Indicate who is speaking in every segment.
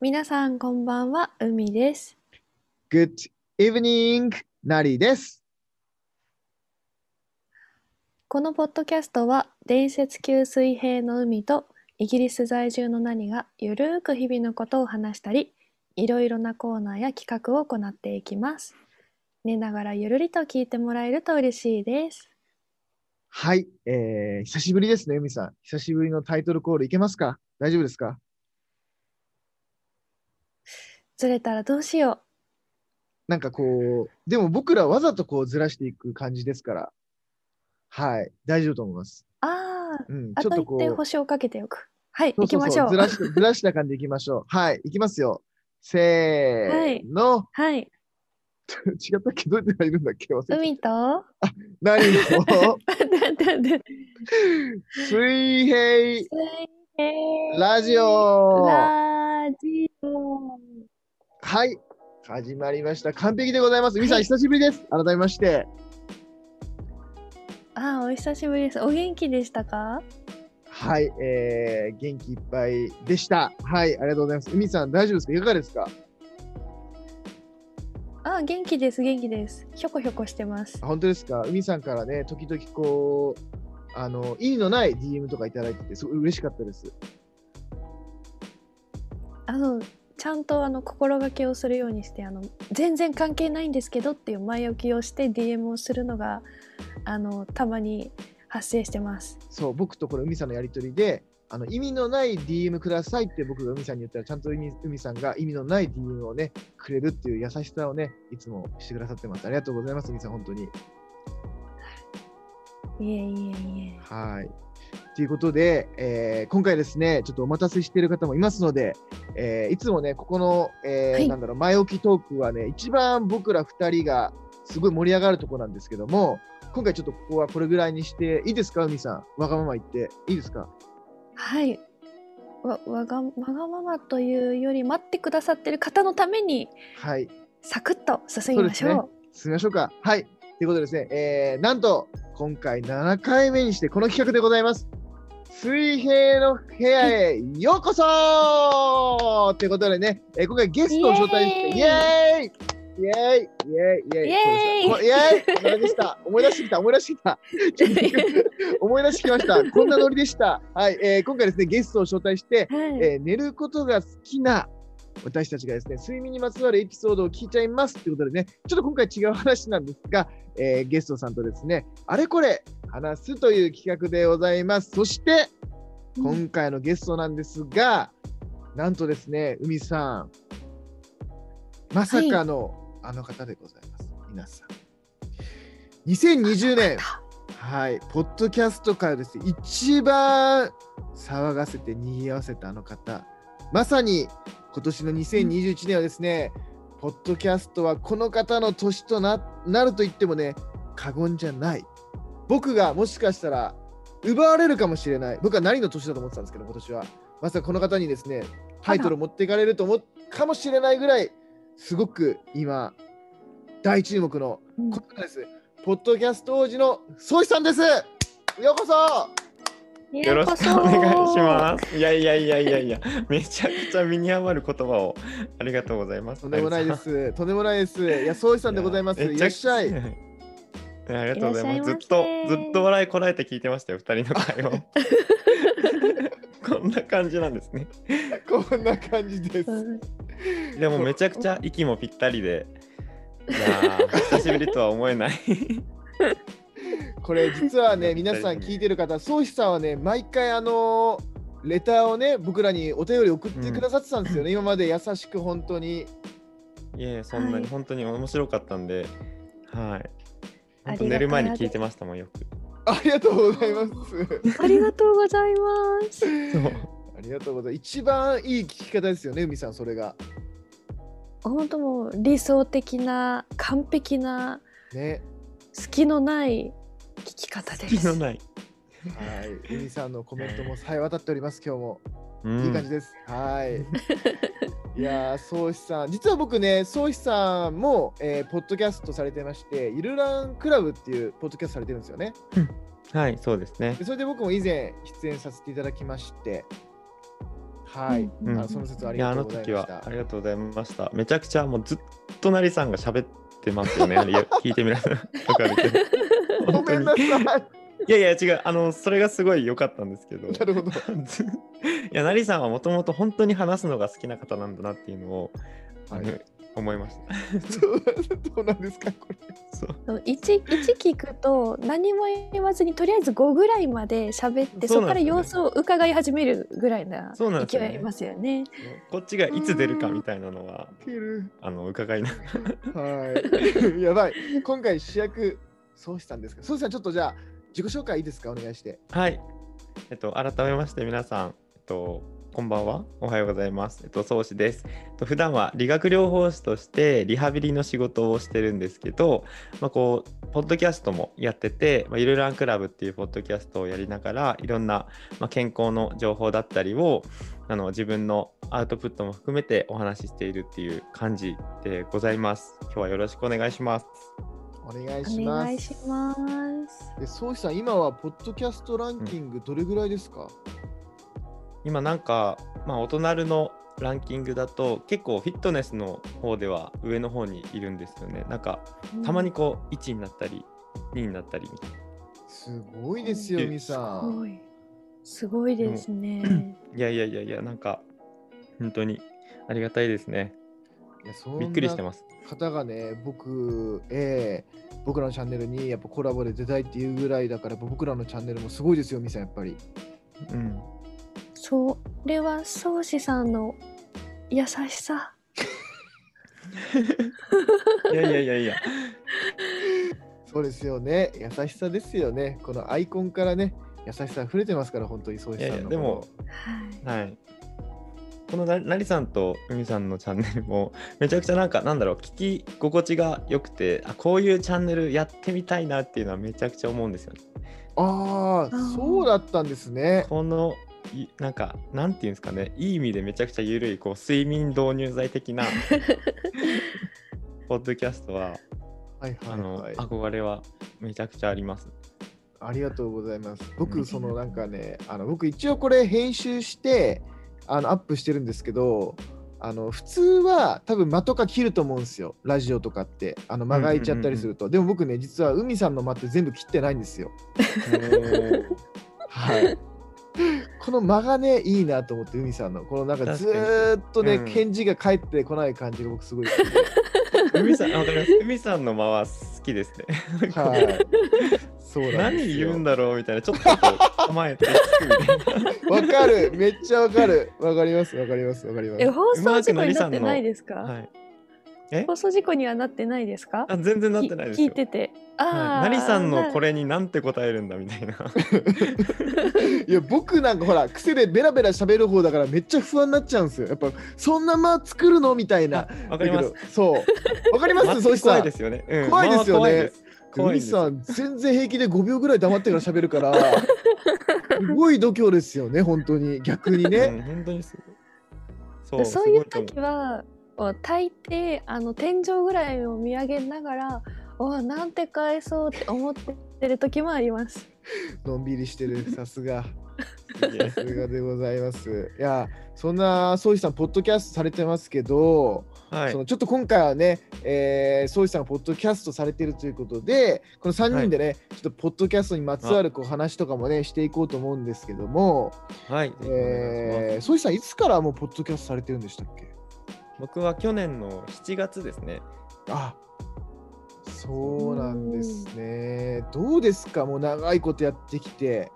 Speaker 1: 皆さんこんばんは、海です。
Speaker 2: Good evening! なりです。
Speaker 1: このポッドキャストは伝説級水平の海とイギリス在住の何がゆるーく日々のことを話したり、いろいろなコーナーや企画を行っていきます。寝ながらゆるりと聞いてもらえると嬉しいです。
Speaker 2: はい、えー、久しぶりですね、海さん。久しぶりのタイトルコールいけますか大丈夫ですか
Speaker 1: ずれたらどうしよ
Speaker 2: なんかこう、でも僕らわざとこうずらしていく感じですから、はい、大丈夫と思います。
Speaker 1: う。ああ、
Speaker 2: うん、
Speaker 1: あ
Speaker 2: ちょ
Speaker 1: と
Speaker 2: っと
Speaker 1: 一
Speaker 2: こ
Speaker 1: 点
Speaker 2: う、
Speaker 1: 星をかけておく。はい、
Speaker 2: そう
Speaker 1: 行き
Speaker 2: そう
Speaker 1: まし
Speaker 2: そ
Speaker 1: ょ
Speaker 2: う
Speaker 1: う。
Speaker 2: ずらしずらした感じでいきましょう。はい、いきますよ。せーの、
Speaker 1: はい、
Speaker 2: 違ったっけどうやって入るんだっけ忘れ
Speaker 1: 海 と、
Speaker 2: 何の水
Speaker 1: 水
Speaker 2: 平
Speaker 1: 平
Speaker 2: ラジオ
Speaker 1: ラジオ。
Speaker 2: はい、始まりました。完璧でございます。海さん、
Speaker 1: はい
Speaker 2: 久しぶりです。改めまして。
Speaker 1: ああ、お久しぶりです。お元気でしたか
Speaker 2: はい、えー、元気いっぱいでした。はい、ありがとうございます。海さん、大丈夫ですかいかがですか
Speaker 1: ああ、元気です、元気です。ひょこひょこしてます
Speaker 2: あ。本当ですか海さんからね、時々こう、あの、意味のない DM とかいただいてて、すごい嬉しかったです。
Speaker 1: あの、ちゃんとあの心がけをするようにして、あの、全然関係ないんですけどっていう前置きをして DM をするのが、あの、たまに発生してます。
Speaker 2: そう、僕とこれ、海さんのやりとりで、あの意味のない DM くださいって僕が海さんに言ったら、ちゃんと海海さんが意味のない DM をね、くれるっていう優しさをね、いつもしてくださってます。ありがとうございます、海さん、本当に。
Speaker 1: いえいえいえ。
Speaker 2: はい。ということで、えー今回ですね、ちょっとお待たせしている方もいますので、えーいつもね、ここの、えー
Speaker 1: はい
Speaker 2: なんだろう、前置きトークはね、一番僕ら2人がすごい盛り上がるとこなんですけども、今回ちょっとここはこれぐらいにして、いいですか、海さん、わがまま言って、いいですか。
Speaker 1: はい。わ、わが、わがままというより待ってくださってる方のために、
Speaker 2: はい、
Speaker 1: サクッと進みましょう。
Speaker 2: そう進みましょうか。はい。ということでですね、えーなんと、今回7回目にして、この企画でございます。水平の部屋へようこそということでね、えー今回ゲストを招待して、
Speaker 1: イ
Speaker 2: イ
Speaker 1: エ
Speaker 2: エーイイエーイイエーイ
Speaker 1: イ
Speaker 2: イエーイ
Speaker 1: エーイ
Speaker 2: そうですねこイエーイこれでした。思い出してきた、思い出してき た。思い出してきました。こんなノリでした。はい、えー今回ですね、ゲストを招待して、
Speaker 1: はい。
Speaker 2: えー寝ることが好きな私たちがですね、睡眠にまつわるエピソードを聞いちゃいますということでね、ちょっと今回違う話なんですが、えーゲストさんとですね、あれこれ話すという企画でございます。そして、今回のゲストなんですが、なんとですね、海さん、まさかのあの方でございます。皆さん。2020年、はい、ポッドキャスト界をですね、一番騒がせて賑わせたあの方、まさに今年の2021年はですね、ポッドキャストはこの方の年とななると言ってもね、過言じゃない。僕がもしかしたら奪われるかもしれない。僕は何の年だと思ってたんですけど、今年は。まさかこの方にですね、タイトルを持っていかれると思うかもしれないぐらい、すごく今、大注目の
Speaker 1: うん
Speaker 2: この方です。ポッドキャスト王子の宗志さんです。ようこそ
Speaker 3: よろしくお願いします。いやいやいやいやいや、めちゃくちゃ身に余る言葉をありがとうございます。
Speaker 2: とんでもないで
Speaker 3: あり
Speaker 2: す。とんでもないです。いや、宗志さんでございます。
Speaker 3: やめ
Speaker 2: い
Speaker 3: ち
Speaker 2: ら
Speaker 3: ゃ
Speaker 2: っ
Speaker 3: く
Speaker 2: し
Speaker 3: ちゃ
Speaker 2: ゃい。
Speaker 3: やありがとうございます。
Speaker 1: い
Speaker 3: ず
Speaker 1: ら
Speaker 3: っ
Speaker 1: っしゃいま
Speaker 3: と
Speaker 1: せ
Speaker 3: ずっと笑いこらえて聞いてましたよ、二人の会 話を。 こんな感じなんですね。
Speaker 2: こんな感じです。
Speaker 1: うん
Speaker 3: でもめちゃくちゃ息もぴったりで、いやー久しぶりとは思えない。
Speaker 2: これ実はね、
Speaker 3: ぴった
Speaker 2: 皆
Speaker 3: り
Speaker 2: さん聞いてる方、宗志さんはね、毎回あのーレターをね、僕らにお便り送ってくださってたんですよね。今まで優しく本当に。
Speaker 3: いえ、そんな
Speaker 1: はい
Speaker 3: に本当に面白かったんで、はい。
Speaker 1: ありがたい
Speaker 3: 本当寝る前に聞いてましたもんよ く。
Speaker 2: ありがとうござい ます。
Speaker 1: ありがとうございます。
Speaker 3: そう
Speaker 2: ありがとうございます。一番いい聞き方ですよね、海さん、それが。
Speaker 1: 本当もう理想的な完璧な
Speaker 2: ね。
Speaker 1: 隙のない聞き方です。
Speaker 3: 隙のない。
Speaker 2: はい。海さんのコメントもさえ渡っております、今日も。
Speaker 3: うん
Speaker 2: いい感じです。 はい。いやー、宗志さん、実は僕ね、宗志さんも、えーポッドキャストされてまして、ゆるランクラブっていうポッドキャストされてるんですよね。
Speaker 3: はい、そうですね
Speaker 2: で。それで僕も以前出演させていただきまして、はい、
Speaker 1: うんうん
Speaker 2: あその説はあ
Speaker 3: い
Speaker 2: り
Speaker 3: や
Speaker 2: が
Speaker 3: あ
Speaker 2: とうご
Speaker 3: の
Speaker 2: ざい
Speaker 3: 時
Speaker 2: まし
Speaker 3: は
Speaker 2: た
Speaker 3: あ。りがとうございました。めちゃくちゃもうずっとなりさんが喋ってま すよね。いや聞いてみられたら分かるけど。
Speaker 2: ごめんなさい。ない
Speaker 3: やいや違うあのそれがすごい良かったんですけど。
Speaker 2: るほど。
Speaker 3: ずいやなりさんはもともと本当に話すのが好きな方なんだなっていうのを、あの
Speaker 2: はい
Speaker 3: 思いました。
Speaker 2: そうどうなんですかこれ。
Speaker 3: そう
Speaker 1: そう一一聞くと何も言わずにとりあえず5ぐらいまで喋ってそ
Speaker 3: そう
Speaker 1: こ
Speaker 3: なん
Speaker 1: か
Speaker 3: で
Speaker 1: ら
Speaker 3: すよ
Speaker 1: 様
Speaker 3: ね
Speaker 1: 子を伺い始めるぐらいな
Speaker 3: そうなんです
Speaker 1: 勢い
Speaker 3: よね
Speaker 1: ありますよね。
Speaker 3: こっちがいつ出るかみたいなのは
Speaker 2: てる。
Speaker 3: あの伺いながら
Speaker 2: はい。 やばい。今回主役宗師さんですか。宗師さんちょっとじゃあ自己紹介いいですかお願いして。
Speaker 3: はい。えっと、改めまして皆さん、えっと、こんばんは。おはようございます。えっと、宗師です。えっと、普段は理学療法士としてリハビリの仕事をしてるんですけど、まあ、こう、ポッドキャストもやってて、まあ、ゆるランクラブっていうポッドキャストをやりながら、いろんな、まあ、健康の情報だったりを、あの自分のアウトプットも含めてお話ししているっていう感じでございます。今日はよろしくお願いします。
Speaker 2: お願いし
Speaker 1: お
Speaker 2: ます。
Speaker 1: 願いします。
Speaker 2: で宗師さん今はポッドキャストランキングどれぐらいですか。
Speaker 3: 今なんか、まあ、お隣のランキングだと結構フィットネスの方では上の方にいるんですよねなんかたまにこう1になったり2になったりみたいな
Speaker 2: すごいですよ
Speaker 3: うん
Speaker 2: みさ
Speaker 1: す
Speaker 2: ん。
Speaker 1: ごいすごいですね。
Speaker 3: いやいやいやいやなんか本当にありがたいですね
Speaker 2: いやそんな
Speaker 3: びっくりしてます
Speaker 2: 方がね僕えー僕らのチャンネルにやっぱコラボで出たいっていうぐらいだからやっぱ僕らのチャンネルもすごいですよみさんやっぱり。
Speaker 3: うん
Speaker 1: それは宗師さんの優しさ。
Speaker 3: いやいやいやいや
Speaker 2: そうですよね。優しさですよね。このアイコンからね、優しさ溢れてますから、本当にそう
Speaker 3: いや
Speaker 2: さ
Speaker 3: い
Speaker 2: ん
Speaker 3: や
Speaker 2: の。
Speaker 3: でも、
Speaker 1: はい。
Speaker 3: はいこのななりさんとうみさんのチャンネルもめちゃくちゃなんかなんだろう聞き心地が良くてあこういうチャンネルやってみたいなっていうのはめちゃくちゃ思うんですよね
Speaker 2: ああ
Speaker 1: ー、
Speaker 2: そうだったんですね。
Speaker 3: このいなんかなんていうんですかねいい意味でめちゃくちゃ緩いこう睡眠導入剤 的なポッドキャストは
Speaker 2: はいは
Speaker 3: あ
Speaker 2: い
Speaker 3: の、
Speaker 2: はい。あ
Speaker 3: 憧れはめちゃくちゃあります。
Speaker 2: りがとうございます。
Speaker 3: う
Speaker 2: 僕、
Speaker 3: ん
Speaker 2: そのなんかね、あの僕一応これ編集して、あのアップしてるんですけど、あの普通は多分間とか切ると思うんですよ、ラジオとかって、あの間が空いちゃったりすると。でも僕ね、実は海さんの間って全部切ってないんですよ。はい。 この間がねいいなと思って海さんのこのなんかずーっとね、
Speaker 3: 確かにうん
Speaker 2: 返事が返ってこない感じが僕すごい好き
Speaker 3: 海さんわかります海さんの間は好きですね。
Speaker 2: ではい。そうなんで
Speaker 3: 何
Speaker 2: す
Speaker 3: 言うん
Speaker 2: よ。
Speaker 3: だろうみたいなちょっとこう 構えて聞くみたいな。
Speaker 2: わかるめっちゃわかるわかりますわかりますわかります
Speaker 1: え。放送事故になってないですか？
Speaker 3: はい、
Speaker 1: 放送事故にはなってないですか？
Speaker 3: あ全然なってないです
Speaker 1: 聞
Speaker 3: よ。
Speaker 1: いてて。
Speaker 3: は
Speaker 1: ああ。
Speaker 3: いなりさんのこ
Speaker 1: れ。
Speaker 3: れになんて答えるんだみたいな。
Speaker 2: いや僕なんかほら癖でベラベラ喋る方だからめっちゃ不安になっちゃうんですよ。やっぱそんな間作るのみたいな。
Speaker 3: わかります
Speaker 2: だ。けど。そう。わかりま
Speaker 3: 間っ
Speaker 2: す
Speaker 3: て
Speaker 2: そうし
Speaker 3: 怖
Speaker 2: た
Speaker 3: いですよね。うん
Speaker 2: 怖いですよね
Speaker 3: 間は怖いです怖い
Speaker 2: 海
Speaker 3: です
Speaker 2: さん全然平気で5秒ぐらい黙ってから喋るから。すごい度胸ですよね本当に逆にね。
Speaker 3: うん、本当にすごい。そ
Speaker 1: そういう
Speaker 3: すごと
Speaker 1: 時は大抵あの天井ぐらいを見上げながらおなんて返そうって思ってる時もあります。
Speaker 2: のんびりしてる、さすが。
Speaker 3: 思ういや
Speaker 2: さすがでございます。いや、そんな、そうじさん、ポッドキャストされてますけど、
Speaker 3: はい
Speaker 2: そ。のちょっと今回はね、えー、そうじさんがポッドキャストされてるということで、この3人でね、ちょっとポッドキャストにまつわるこう話とかもね、していこうと思うんですけども、
Speaker 3: はい。ぜひお願いし
Speaker 2: え
Speaker 3: ま
Speaker 2: ー、
Speaker 3: す
Speaker 2: そうじさん、いつからもうポッドキャストされてるんでしたっけ
Speaker 3: 僕は去年の7月ですね。
Speaker 2: あそうなんですね。どうですか、もう長いことやってきて。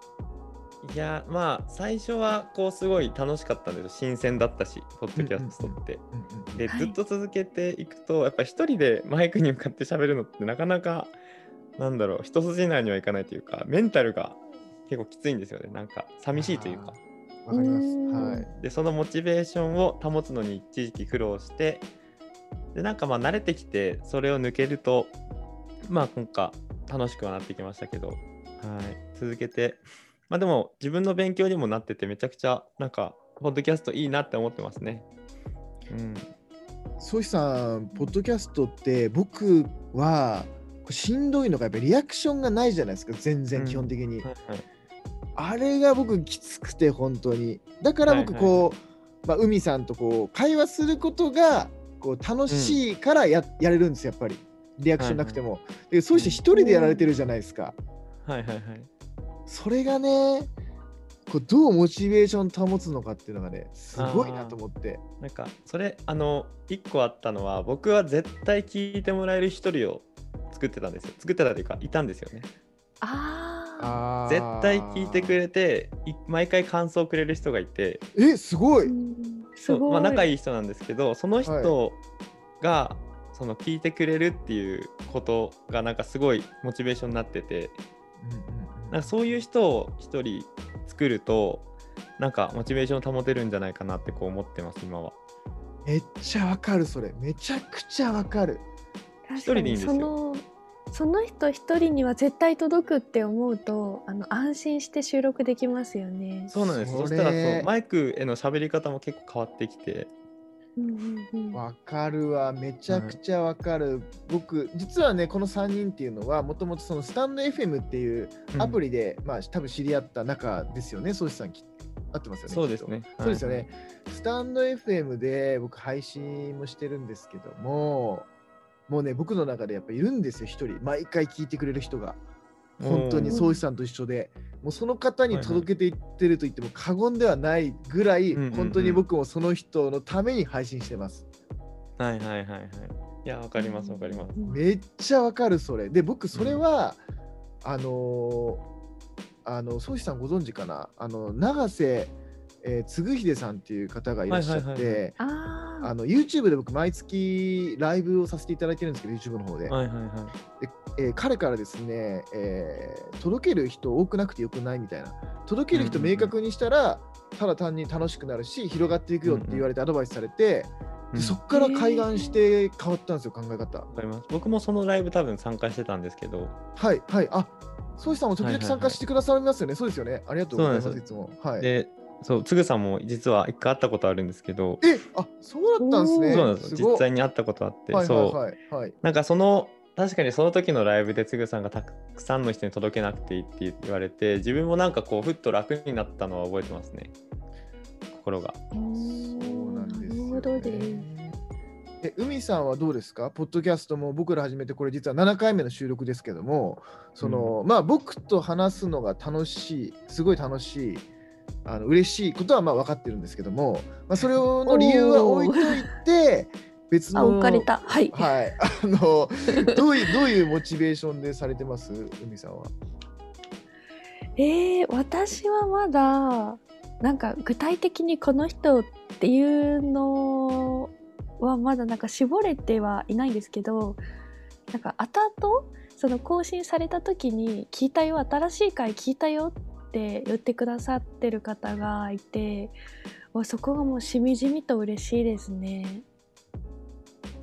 Speaker 3: いやまあ最初はこうすごい楽しかったんですよ新鮮だったしポッドキャストって。
Speaker 2: うんうん
Speaker 3: で
Speaker 1: はい
Speaker 3: ずっと続けていくとやっぱ一人でマイクに向かって喋るのってなかなかなんだろう一筋縄にはいかないというかメンタルが結構きついんですよねなんか寂しいというか。
Speaker 2: わかりま
Speaker 1: うーん
Speaker 2: す。はい。
Speaker 3: でそのモチベーションを保つのに一時期苦労してでなんかまあ慣れてきてそれを抜けるとまあ今回楽しくはなってきましたけど、はい、続けてまあでも自分の勉強にもなっててめちゃくちゃなんかポッドキャストいいなって思ってますね。うん、
Speaker 2: ソシさん、ポッドキャストって僕はこうしんどいのがやっぱりリアクションがないじゃないですか、全
Speaker 3: う
Speaker 2: 然
Speaker 3: ん
Speaker 2: 基本的に。
Speaker 3: はいはい
Speaker 2: あれが僕きつくて、本当に。だから僕
Speaker 3: はいはい
Speaker 2: こう、まあ、海さんとこう会話することがこう楽しいからや,、やれるんですやっぱりリアクションなくても、でそうして一人でやられてるじゃないですか、
Speaker 3: はいはいはい。
Speaker 2: それがねこうどうモチベーション保つのかっていうのがねすごいなと思って
Speaker 3: なんかそれあの一個あったのは僕は絶対聞いてもらえる一人を作ってたんですよ作ってたというかいたんですよね
Speaker 1: あ
Speaker 2: あ
Speaker 3: 絶対聞いてく
Speaker 2: れ
Speaker 3: れてい毎回感想をくれる人がいて
Speaker 2: えすご
Speaker 1: ー
Speaker 2: い、
Speaker 1: うんす
Speaker 3: そう
Speaker 1: ごい。
Speaker 3: まあ、仲
Speaker 1: い
Speaker 3: いい人なんですけどその人が、その聞いてくれるっていうことがなんかすごいモチベーションになっててなんかそういう人を一人作るとなんかモチベーションを保てるんじゃないかなってこう思ってます今は。
Speaker 2: めっちゃわかるそれめちゃくちゃわかる
Speaker 3: 一人でいいんですよ
Speaker 1: そのその人一人には絶対届くって思うとあの安心して収録できますよね。
Speaker 3: そうなんです
Speaker 2: そ
Speaker 3: そ
Speaker 2: れ
Speaker 3: したらそうマイクへの喋り方も結構変わってきて。
Speaker 1: うんうんうん
Speaker 2: わかるわめちゃくちゃわかる、僕実はねこの3人っていうのはもともとそのスタンド FM っていうアプ
Speaker 3: リ、
Speaker 2: リで、まあ多分知り合った中ですよね、そうしさんき合ってますよね。
Speaker 3: そうですね
Speaker 2: きっとそうですよね。スタンド FM で僕配信もしてるんですけども、もうね僕の中でやっぱいるんですよ一人毎回聞いてくれる人が本当に
Speaker 1: うん
Speaker 2: そうしさんと一緒で、もうその方に届けていってると言っても過言ではないぐらい、
Speaker 3: うんうんうん
Speaker 2: 本当に僕もその人のために配信してます。
Speaker 3: はいはいはいはい。いや、わかりますわかります。
Speaker 1: うん
Speaker 2: めっちゃわかるそれで僕それは、あのーあの宗師さんご存知かなあの永瀬えー嗣秀、さんっていう方がいらっしゃって、
Speaker 3: はいはいはい
Speaker 1: あ
Speaker 2: あ
Speaker 1: あ
Speaker 2: の YouTube で僕毎月ライブをさせていただいてるんですけど YouTube の方で、
Speaker 3: はいはいはい。
Speaker 2: えー彼からですね、えー届ける人多くなくてよくないみたいな届ける人
Speaker 3: うんうんうん
Speaker 2: 明確にしたら、ただ単に楽しくなるし広がっていくよって言われてアドバイスされて、
Speaker 3: う
Speaker 2: で
Speaker 3: ん
Speaker 2: そっから開眼して変わったんですよ考え方。
Speaker 3: わかります。僕もそのライブ多分参加してたんですけど、
Speaker 2: はいはい。あ、そうしさんも時々参加してくださいますよね。そうですよね。ありがとうございます。
Speaker 3: そうなん
Speaker 2: いつも。はい。
Speaker 3: で、そう、つぐさんも実は一回会ったことあるんですけど、
Speaker 2: え、あ、そうだったんですね。
Speaker 3: そうなんです
Speaker 2: ごい
Speaker 3: 実際に会ったことあって、
Speaker 2: はいはい
Speaker 3: そう、
Speaker 2: はいはい。
Speaker 3: なんかその、確かにその時のライブでつぐさんがたくさんの人に届けなくていいって言われて、自分もなんかこう、ふっと楽になったのは覚えてますね。心が。
Speaker 2: そうなんですよ、ね。
Speaker 1: なるほどです。
Speaker 2: え、海さんはどうですかポッドキャストも僕ら始めてこれ実は7回目の収録ですけどもその、まあ僕と話すのが楽しいすごい楽しいあの嬉しいことはまあ分かってるんですけども、まあ、それをの理由は置いとい て別
Speaker 1: あ
Speaker 2: の
Speaker 1: 置かれたはい、
Speaker 2: はい、 あのどういうどういうモチベーションでされてます、海さんは。
Speaker 1: えー、私はまだなんか具体的にこの人っていうのはまだなんか絞れてはいないんですけどなんか後々その更新された時に「聞いたよ新しい回聞いたよ」って言ってくださってる方がいてわそこがもうしみじみと嬉しいですね。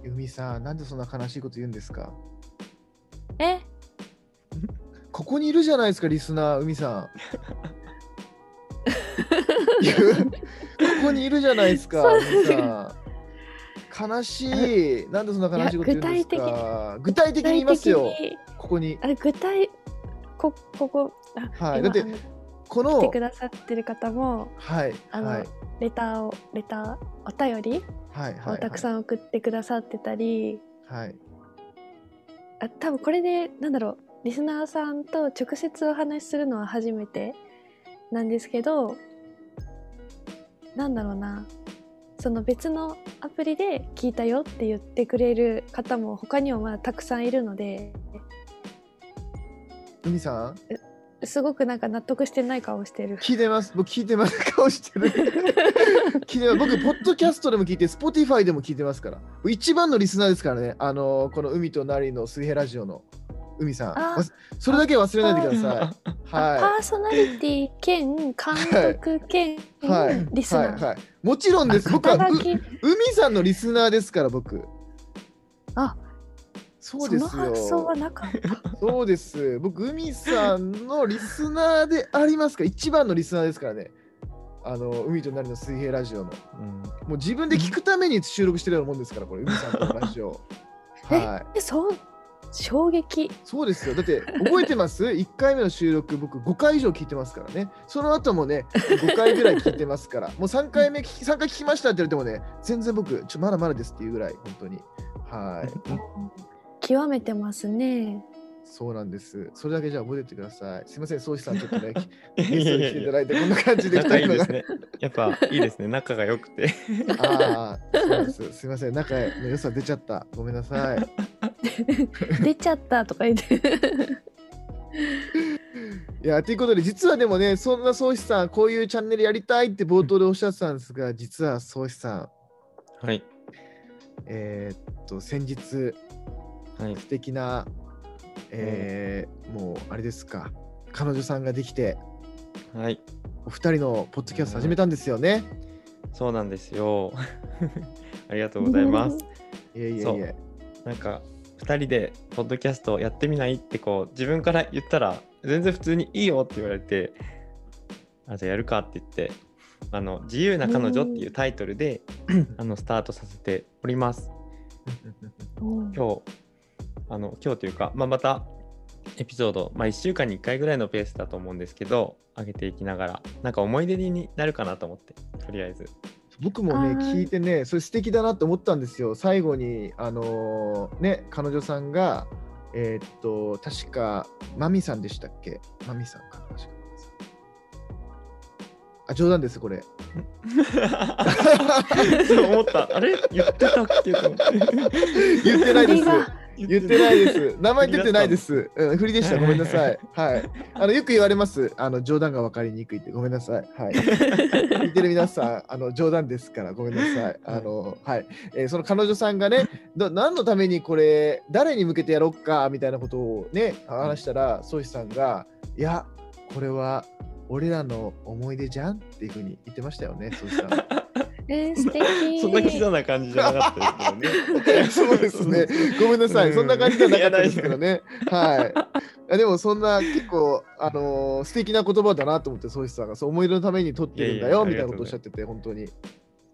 Speaker 2: 海さん、なんでそんな悲しいこと言うんですか。
Speaker 1: え
Speaker 2: ここにいるじゃないですか、リスナー、海 さん。いやここにいるじゃないですか、
Speaker 1: そう
Speaker 2: 海さん。悲しい、なんでそんな悲しいこと言うんです
Speaker 1: い
Speaker 2: か。具体的に言いますよ
Speaker 1: 具、体的に
Speaker 2: ここに。
Speaker 1: あ具体こここあ、
Speaker 2: はい
Speaker 1: 今
Speaker 2: だって
Speaker 1: あの
Speaker 2: こ
Speaker 1: 来て
Speaker 2: の
Speaker 1: く。ださってる方も
Speaker 2: はい、
Speaker 1: あの、
Speaker 2: はい、
Speaker 1: レターをレターお便り
Speaker 2: はい、は
Speaker 1: を
Speaker 2: い。
Speaker 1: たくさん送ってくださってたり、
Speaker 2: はい。
Speaker 1: あ多分これでなんだろうリスナーさんと直接お話しするのは初めてなんですけどなんだろうなその別のアプリで聞いたよって言ってくれる方も他にもまだたくさんいるので
Speaker 2: 海さん。
Speaker 1: すごくなんか納得してない顔してる。
Speaker 2: 聞いてます。僕聞いてます。顔してる。 聞いてます僕、ポッドキャストでも聞いて、Spotify でも聞いてますから。一番のリスナーですからね。あのーこの海となりの水平ラジオの海さん。
Speaker 1: あ
Speaker 2: わすそれだけは忘れないでください。
Speaker 1: パ
Speaker 2: は
Speaker 1: ーソナリティ兼監督兼
Speaker 2: い。はい。
Speaker 1: リスナー。
Speaker 2: はい。はい。もちろんです。僕は
Speaker 1: 肩
Speaker 2: う
Speaker 1: 書き
Speaker 2: 海さんのリスナーですから、僕。
Speaker 1: あ、
Speaker 2: そう
Speaker 1: そ
Speaker 2: で
Speaker 1: の
Speaker 2: す
Speaker 1: 発想は
Speaker 2: よ。
Speaker 1: なかった。
Speaker 2: そうです。僕、海さんのリスナーでありますから、一番のリスナーですからね。あの海となりの水平ラジオの。
Speaker 3: うん
Speaker 2: もう自 分で聞くために収録してるようなもんですから、これ、海さんとのラジオ。はい。
Speaker 1: え、そう、衝撃
Speaker 2: そうですよ。だって覚えてます ?1 回目の収録僕5回以上聞いてますからね。その後もね5回ぐらい聞いてますから。もう3回目聞き3回聞きましたって言われてもね全然僕ちょまだまだですっていうぐらい本当にはい。
Speaker 1: 極めてます ね。
Speaker 2: そうなんです。それだけじゃあ覚えててください。すみません、総司さんちょっとねゲ
Speaker 3: い
Speaker 2: ストに来ていただいてこんな感じで
Speaker 3: 仲いい
Speaker 2: の
Speaker 3: で
Speaker 2: が
Speaker 3: すね。やっぱいいですね。仲が良くて。
Speaker 2: ああそうなんです。すみません、仲の良さ出ちゃった。ごめんなさい。
Speaker 1: 出ちゃったとか言って。
Speaker 2: いやということで実はでもねそんな宗師さんこういうチャンネルやりたいって冒頭でおっしゃってたんですが実は宗師さん
Speaker 3: はい。
Speaker 2: えーっと先日素
Speaker 3: はい。
Speaker 2: 敵な、えーもうあれですか彼女さんができて
Speaker 3: はい。
Speaker 2: お二人のポッドキャスト始めたんですよね。
Speaker 3: そうなんですよ。 ありがとうございます。
Speaker 2: いえいえい
Speaker 3: そう
Speaker 2: え。
Speaker 3: なんか2人でポッドキャストやってみないってこう自分から言ったら全然普通にいいよって言われてあじゃあやるかって言って「あの自由な彼女」っていうタイトルであのスタートさせております
Speaker 1: うん
Speaker 3: 今日あの今日というか、まあ、またエピソード、まあ、1週間に1回ぐらいのペースだと思うんですけど上げていきながらなんか思い出になるかなと思ってとりあ えず
Speaker 2: 僕もね
Speaker 1: あー
Speaker 2: 聞いてねそれ素敵だなと思ったんですよ最後にあのーね彼女さんがえーっと確かマミさんでしたっけマミさんかな確かあ冗談ですこれ
Speaker 3: そう思ったあれ言ってたっ けと思って
Speaker 2: 言ってないです
Speaker 1: 振りが
Speaker 2: 言ってないです名前出てないですうん振りでしたごめんなさい はいあのよく言われますあの冗談が分かりにくいってごめんなさい はい聞いてる皆さんあの冗談ですからごめんなさいあのはい、えーその彼女さんがねど何のためにこれ誰に向けてやろうかみたいなことをね話したら宗師さんがいやこれは俺らの思い出じゃんっていうふうに言ってましたよね宗師さん
Speaker 1: えー、素敵。
Speaker 3: そんなきそうな感じじゃなかったですけどね。
Speaker 2: そうですね。ごめんなさい、
Speaker 3: うん
Speaker 2: そんな感じじゃなかったですけどね。はい。あでもそんな結構あのー素敵な言葉だなと思って、ソイスさんがそう思い出のために撮ってるんだよ
Speaker 3: いやいや
Speaker 2: みたいなこと
Speaker 3: ありがとう
Speaker 2: をお
Speaker 3: ご
Speaker 2: っし
Speaker 3: ざ
Speaker 2: ゃ
Speaker 3: います
Speaker 2: ってて本当に。
Speaker 3: そ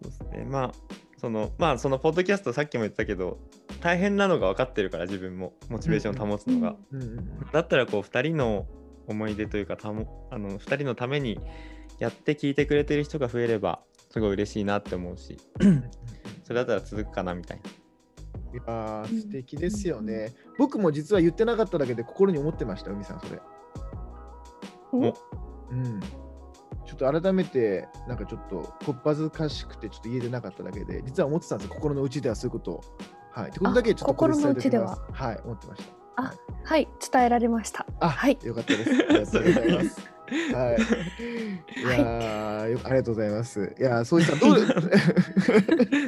Speaker 3: うですね。まあ、その、まあ、そのポッドキャストさっきも言ったけど、大変なのが分かってるから、自分もモチベーションを保つのが。
Speaker 2: うんうんうん
Speaker 3: だったら、こう、2人の思い出というか、たもあの2人のためにやって聞いてくれてる人が増えれば、すごい嬉しいなって思う し、それだったら続くかなみたいな。
Speaker 2: いやー素敵ですよね。僕も実は言ってなかっただけで心に思ってました、海さんそれ。
Speaker 1: うん
Speaker 2: うん。ちょっと改めてなんかちょっとこっぱずかしくてちょっと言えてなかっただけで、実は思ってたんですよ心の内ではそういうことを。はい。ってことだけちょっとここ伝えておきます
Speaker 1: あ心の
Speaker 2: はい思ってました。
Speaker 1: はい、伝えられました。
Speaker 2: あ、
Speaker 1: はい
Speaker 2: よかったです。ありがとうございます。はい。いやーよありがとうございます。いやー、そういったどう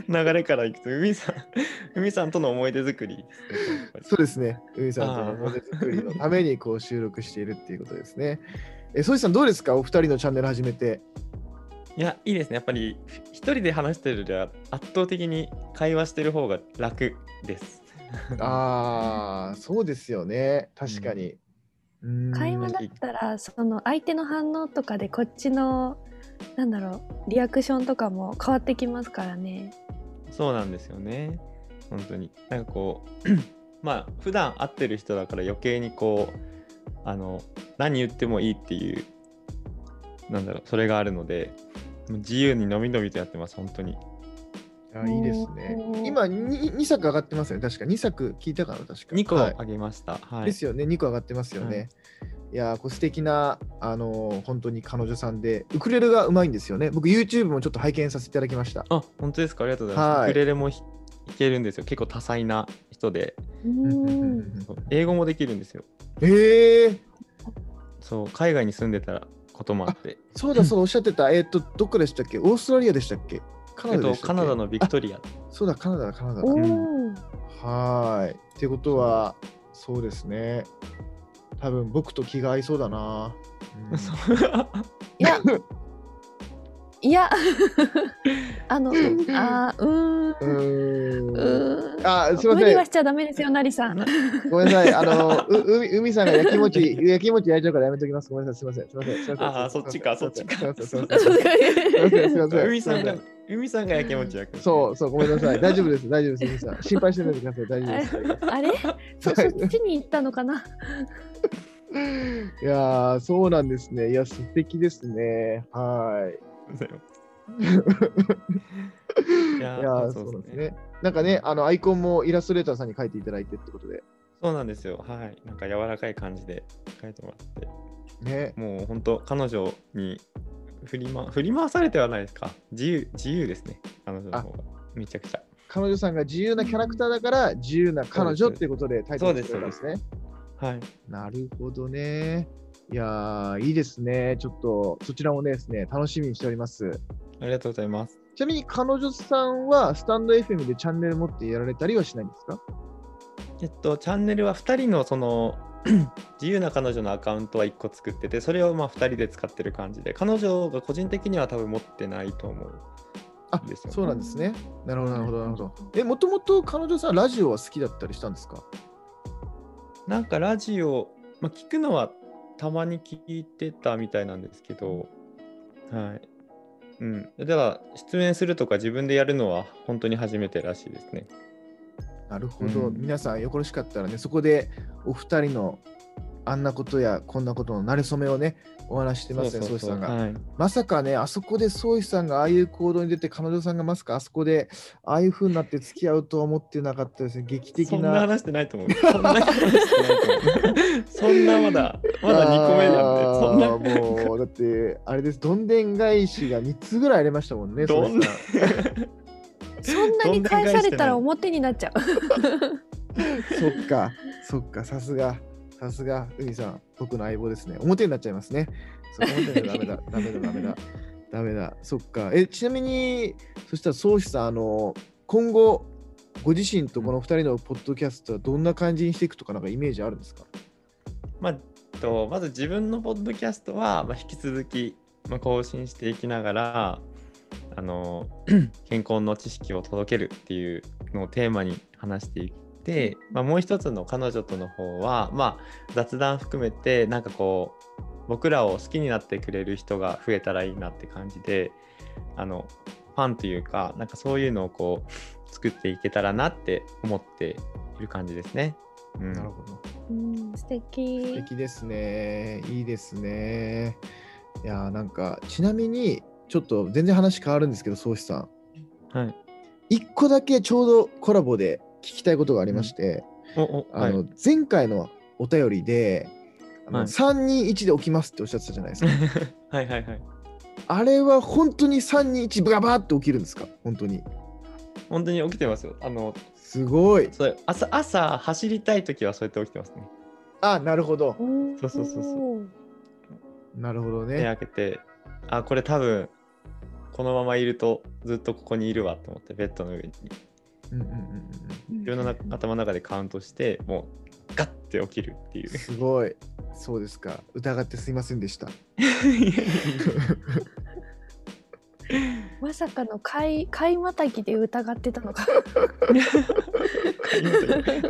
Speaker 3: 流れからいくと、海さん、海さんとの思い出作りですねやっぱり。
Speaker 2: そうですね。海さんとの
Speaker 3: あー
Speaker 2: モデル作りのためにこう収録しているっていうことですね。え、そういさんどうですか？お二人のチャンネル始め て。
Speaker 3: いや、いいですね。やっぱり、一人で話してるよりは、圧倒的に会話してる方が楽です。
Speaker 2: ああ、そうですよね。確かに。うーん
Speaker 1: 会話だったら、その相手の反応とかで、こっちの。なんだろう、リアクションとかも変わってきますからね。
Speaker 3: そうなんですよね。本当に。なんかこう、 まあ、普段会ってる人だから余計にこう、あの、何言ってもいいっていう、なんだろう、それがあるので、もう自由にのびのびとやってます、本当に。
Speaker 2: あいいですね
Speaker 1: お。ー
Speaker 2: 今に二作上がってますよね。確か二作聞いたから確か。
Speaker 3: 2個
Speaker 2: はい
Speaker 3: あげました。はい。
Speaker 2: ですよね、2個上がってますよね。
Speaker 3: はいい、
Speaker 2: やーこう素敵なあのー本当に彼女さんで、ウクレレがうまいんですよね。僕、YouTube もちょっと拝見させていただきました。
Speaker 3: あ、本当ですか。ありがとうございます。
Speaker 2: はい
Speaker 3: ウクレレもひ弾けるんですよ。結構多彩な人で、
Speaker 1: う。
Speaker 2: うんうんうんうんん
Speaker 3: そう英語もできるんですよ。
Speaker 2: えー、
Speaker 3: そう、海外に住んでたこともあって。
Speaker 2: そうだ、そうだおっしゃってた、えっ、と、どこでしたっけオーストラリアでしたっけカナ
Speaker 3: えっ
Speaker 2: ダで
Speaker 3: と、
Speaker 2: したっけ
Speaker 3: カナダのビクトリア。
Speaker 2: あそうだ、カナダだ、カナダだ
Speaker 1: お。
Speaker 3: う
Speaker 1: お。
Speaker 2: はーい。ってことは、そうですね。多分僕と気が合いそうだな。うん
Speaker 3: そう
Speaker 1: い や。 いや。あの、あー、うーん。
Speaker 2: うーん
Speaker 1: うーん。
Speaker 2: あ、すいま
Speaker 1: 無
Speaker 2: せ
Speaker 1: 理
Speaker 2: ん
Speaker 1: は。しちゃダメですよ、なりさん。
Speaker 2: ごめんなさい。あの、う、うみ、うみさんが焼きもち、焼きもち焼いちゃうからやめときます。ごめんなさい。すいません。すいません。すいません。
Speaker 3: ああそっちかそっちか
Speaker 2: すいませんすいませんすいません
Speaker 1: は
Speaker 2: すいません。
Speaker 3: 海さん
Speaker 2: すいませ
Speaker 3: が
Speaker 2: ん。
Speaker 3: 海さんがやきもち焼く
Speaker 2: そう、そう、ごめんなさい。大丈夫です。大丈夫です。海さん。心配しないでください。大丈夫です。
Speaker 1: あれそそっちに行ったのかな
Speaker 2: いやー、そうなんですね。いや、素敵ですね。はい。
Speaker 3: い
Speaker 2: い
Speaker 3: や
Speaker 2: や
Speaker 3: ー
Speaker 2: ー、
Speaker 3: そ
Speaker 2: そううで
Speaker 3: で
Speaker 2: すす
Speaker 3: ね
Speaker 2: ね。なんかね、あの、アイコンもイラストレーターさんに書いていただいてってことで。
Speaker 3: そうなんですよはいなんか柔らかい感じで書いてもらって
Speaker 2: ね。
Speaker 3: もう本当彼女に振り,、ま、振り回されてはないですか自由自由ですね彼女の方がめちゃくちゃ
Speaker 2: 彼女さんが自由なキャラクターだから、自由な彼女っていうことでタイトルにしてたんですね。
Speaker 3: はい
Speaker 2: なるほどね。いやー、いいですね。ちょっと、そちらもですね、楽しみにしております。
Speaker 3: ありがとうございます
Speaker 2: ちなみに、彼女さんは、スタンド FM でチャンネル持ってやられたりはしないんですか
Speaker 3: えっとチャンネルは2人のその 自由な彼女のアカウントは1個作っててそれをまあ2人で使ってる感じで彼女が個人的には多分持ってないと思う
Speaker 2: あ
Speaker 3: ですよね
Speaker 2: そうなんですね。なるほど、なるほど、なるほど。え、もともと彼女さん、ラジオは好きだったりしたんですか
Speaker 3: なんかラジオ、まあ、聞くのはたまに聞いてたみたいなんですけど、はい。うん。だから、出演するとか自分でやるのは本当に初めてらしいですね。
Speaker 2: なるほど、
Speaker 3: うん
Speaker 2: 皆さん、よろしかったらね、そこでお二人のあんなことやこんなことの馴れ初めをね、お話ししてますね、そうさんが、
Speaker 3: はい。
Speaker 2: まさかね、あそこでそういさんがああいう行動に出て、彼女さんがまさかあそこでああいう風になって付き合うとは思ってなかったですね、劇的
Speaker 3: そんな
Speaker 2: な。
Speaker 3: 話してないと思う。そんな話してないと思う。そんなまだ、まだ2個目なん で、
Speaker 2: あーもう、だって、あれです、どんでん返しが3つぐらいありましたもんね、
Speaker 3: どんな
Speaker 2: そう
Speaker 1: そ
Speaker 2: いさ
Speaker 1: んなに返されたら表になっちゃう。
Speaker 2: んそっか、そっか、さすが、さすが、海さん、僕の相棒ですね。表になっちゃいますね。そう表になるダメ だ、ダメだ、ダメだ、ダメだ、そっか。え、ちなみに、そしたら、宗師さん、あの、今後、ご自身とこの2人のポッドキャストはどんな感じにしていくとか、なんかイメージあるんですか
Speaker 3: まあ、えっとまず自分のポッドキャストは、まあ、引き続き、まあ、更新していきながら あの健康の知識を届けるっていうのをテーマに話していって、まあ、もう一つの彼女との方は、まあ、雑談含めてなんかこう僕らを好きになってくれる人が増えたらいいなって感じであのファンというかなんかそういうのをこう作っていけたらなって思っている感じですね。うん、
Speaker 2: なるほど。
Speaker 1: うん、素敵
Speaker 2: 素敵ですね。いいですね。いやー、なんか、ちなみに、ちょっと全然話変わるんですけど、宗師さん。
Speaker 3: はい、
Speaker 2: 一個だけちょうどコラボで聞きたいことがありまして、
Speaker 3: おお
Speaker 2: あの前回のお便りで、あの
Speaker 3: はい
Speaker 2: 321で起きますっておっしゃってたじゃないですか。
Speaker 3: はいはいはい。
Speaker 2: あれは本当に321ブガバーって起きるんですか本当に。
Speaker 3: 本当に起きてますよ。あの、
Speaker 2: すごい。
Speaker 3: それ朝朝走りたいときはそうやって起きてますね。
Speaker 2: あ、なるほど。
Speaker 3: そうそうそうそう
Speaker 1: おー
Speaker 2: なるほど
Speaker 3: 目
Speaker 2: ね。
Speaker 3: 開けて、あ、これ多分このままいるとずっとここにいるわと思って、ベッドの上に。
Speaker 2: うんうんうん
Speaker 3: 自分の中頭の中でカウントして、もうガッて起きるって い
Speaker 2: うん。
Speaker 3: う。
Speaker 2: すごい。そうですか。疑ってすいませんで した。
Speaker 1: まさかの貝貝またぎで疑ってたのか。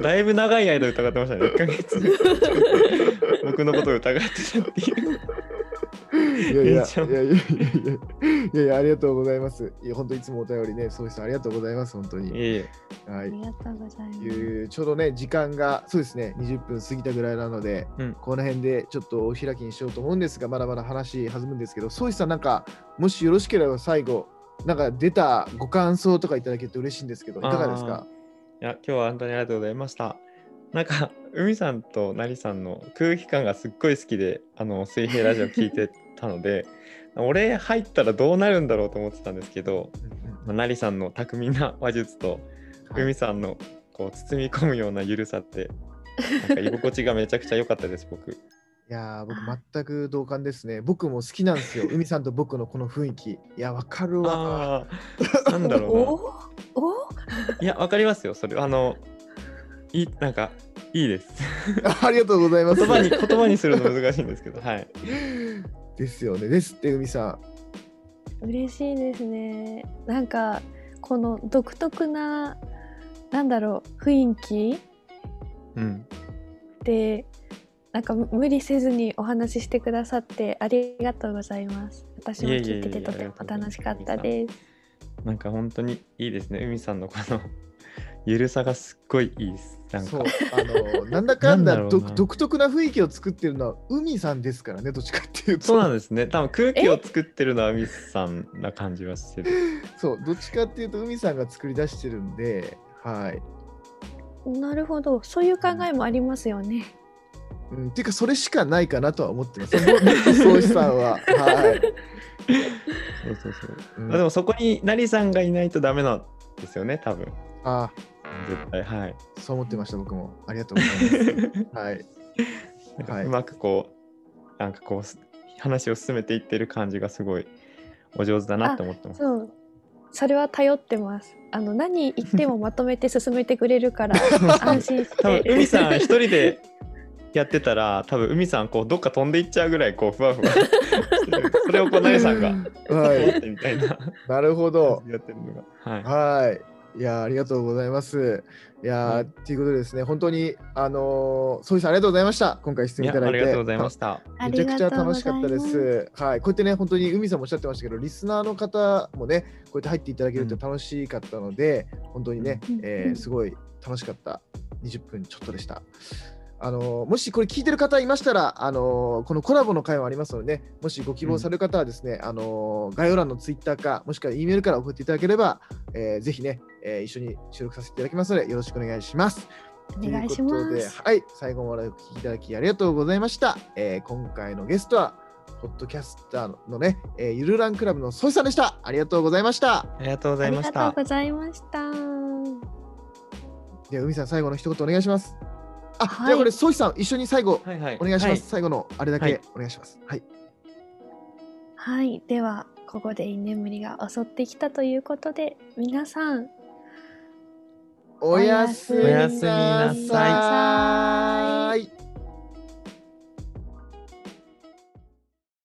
Speaker 3: だいぶ長い間疑ってましたね。1ヶ月。僕のことを疑ってたっていう。
Speaker 2: いやいや、い
Speaker 3: いいじゃ
Speaker 2: や
Speaker 3: ん
Speaker 2: いやいやいやいやいや、ありがとうございます。いや、本当いつもお便りね、そうです。ありがとうございます、本当に。
Speaker 3: いえいえ
Speaker 2: は
Speaker 1: あ
Speaker 2: い
Speaker 1: り。がとうございます。
Speaker 2: いうちょうどね、時間が、そうですね、20分過ぎたぐらいなので、
Speaker 3: うん
Speaker 2: この辺でちょっとお開きにしようと思うんですが、まだまだ話弾むんですけど、そういさん、なんか、もしよろしければ最後、なんか出たご感想とかいただけると嬉しいんですけど、いかがですか
Speaker 3: いや、今日は本当にありがとうございました。なんか、海さんとなりさんの空気感がすっごい好きで、あの、水平ラジオ聞いてたので、 俺入ったらどうなるんだろうと思ってたんですけど、
Speaker 2: うんうん
Speaker 3: まあなりさんの巧みな話術と、
Speaker 2: はい
Speaker 3: 海さんのこう包み込むようなゆるさって、なんか居心地がめちゃくちゃ良かったです、僕。
Speaker 2: いやー僕全く同感ですね。僕も好きなんですよ。海さんと僕のこの雰囲気。いや、わかるわ。
Speaker 3: ああ、なんだ
Speaker 1: お
Speaker 3: ろ
Speaker 1: おお
Speaker 3: うな。いや、わかりますよ、それ。あの、いい、なんか、いいです。
Speaker 2: ありがとうございます。
Speaker 3: 言葉に、言葉にするの難しいんですけど、はい。
Speaker 2: ですよね。ですって、海さ
Speaker 1: 嬉しいですね。なんかこの独特ななんだろう雰囲気
Speaker 3: うん、
Speaker 1: でなんか無理せずにお話ししてくださってありがとうございます。私も
Speaker 3: いえいえい
Speaker 1: 聞
Speaker 3: え
Speaker 1: いててとても
Speaker 3: ありがとうございま
Speaker 1: 楽
Speaker 3: す
Speaker 1: しかったです。
Speaker 3: なんか本当にいいですね海さんのこの ゆるさがすっごいいいですなん
Speaker 2: そ
Speaker 3: か
Speaker 2: うあのなんだかんだ
Speaker 3: なんだろうな
Speaker 2: 独独特な雰囲気を作ってるのは海さんですからねどっちかっていうと
Speaker 3: そうなんですね多分空気を作ってるのは海さんな感じはしてる
Speaker 2: そうどっちかっていうと海さんが作り出してるんではい、
Speaker 1: なるほどそういう考えもありますよね。
Speaker 2: うん、っていうかそれしかないかなとは思ってますももっと宗師さんははい、
Speaker 3: そうそうそう
Speaker 2: うん
Speaker 3: まあでもそこになりさんがいないとダメなんですよね多分
Speaker 2: あ
Speaker 3: 絶対はい
Speaker 2: そう思ってました僕もありがとうございますはい
Speaker 3: なんか
Speaker 2: はいう
Speaker 3: まくこうなんかこうす話を進めていってる感じがすごいお上手だなって思ってます
Speaker 1: そうそれは頼ってます。あの何言ってもまとめて進めてくれるから安心し
Speaker 3: 多分
Speaker 1: て。
Speaker 3: 海さん一人でやってたら多分海さんこうどっか飛んでいっちゃうぐらいこうふわふわしてるそれをこうなりさんが
Speaker 2: はい
Speaker 3: 通ってみたいな感
Speaker 2: なるほど
Speaker 3: じでやってるのがはい
Speaker 2: はい。いやーありがとうございます。いやー、
Speaker 3: はい
Speaker 2: っていうことでですね、本当に、あのー、そうさんありがとうございました。今回出演
Speaker 3: い
Speaker 2: い
Speaker 3: や
Speaker 2: ただ
Speaker 3: あ
Speaker 2: いて。
Speaker 3: りがとうございました
Speaker 1: あ
Speaker 2: めち
Speaker 1: り
Speaker 2: ゃく
Speaker 1: が
Speaker 2: ち
Speaker 1: と
Speaker 2: ゃ
Speaker 1: うござい
Speaker 2: 楽
Speaker 1: ます
Speaker 2: しかったで。す。はい、こうやってね、本当に海さんもおっしゃってましたけど、リスナーの方もね、こうやって入っていただけると
Speaker 3: うん
Speaker 2: 楽しかったので、本当にね、
Speaker 1: うん
Speaker 2: えーすごい楽しかった20分ちょっとでした。あのーもしこれ聞いてる方いましたら、あのーこのコラボの会もありますので、ね、もしご希望される方はですね、あのー概要欄のツイッターか、もしくは E メールから送っていただければ、えーぜひね、えー一緒に収録させていただきますので、よろしくお願いします。
Speaker 1: お願いし
Speaker 2: ということ
Speaker 1: ま。
Speaker 2: ですはい、最後までお聞きいただきありがとうございました。えー今回のゲストは、ポッドキャスターのね、えーゆるランクラブのソイさんでした。ありがとうございました。
Speaker 3: ありがとうござ
Speaker 1: あ
Speaker 3: い
Speaker 1: り
Speaker 3: ま
Speaker 1: が
Speaker 3: し
Speaker 1: とう
Speaker 3: た
Speaker 1: ございました。
Speaker 2: では、海さん、最後の一言お願いします。あ、
Speaker 1: はい
Speaker 2: ではこれ、ソイさん、一緒に最後、
Speaker 3: はいはい
Speaker 2: お願いします。
Speaker 3: はい
Speaker 2: 最後のあれだ
Speaker 3: は
Speaker 2: け
Speaker 3: い
Speaker 2: お願いします。はい。
Speaker 1: はい、ではここで居眠りが襲ってきたということで皆さん
Speaker 2: おやすみ
Speaker 3: おやすみ
Speaker 2: な
Speaker 3: な
Speaker 2: さ
Speaker 1: さ
Speaker 2: ーい。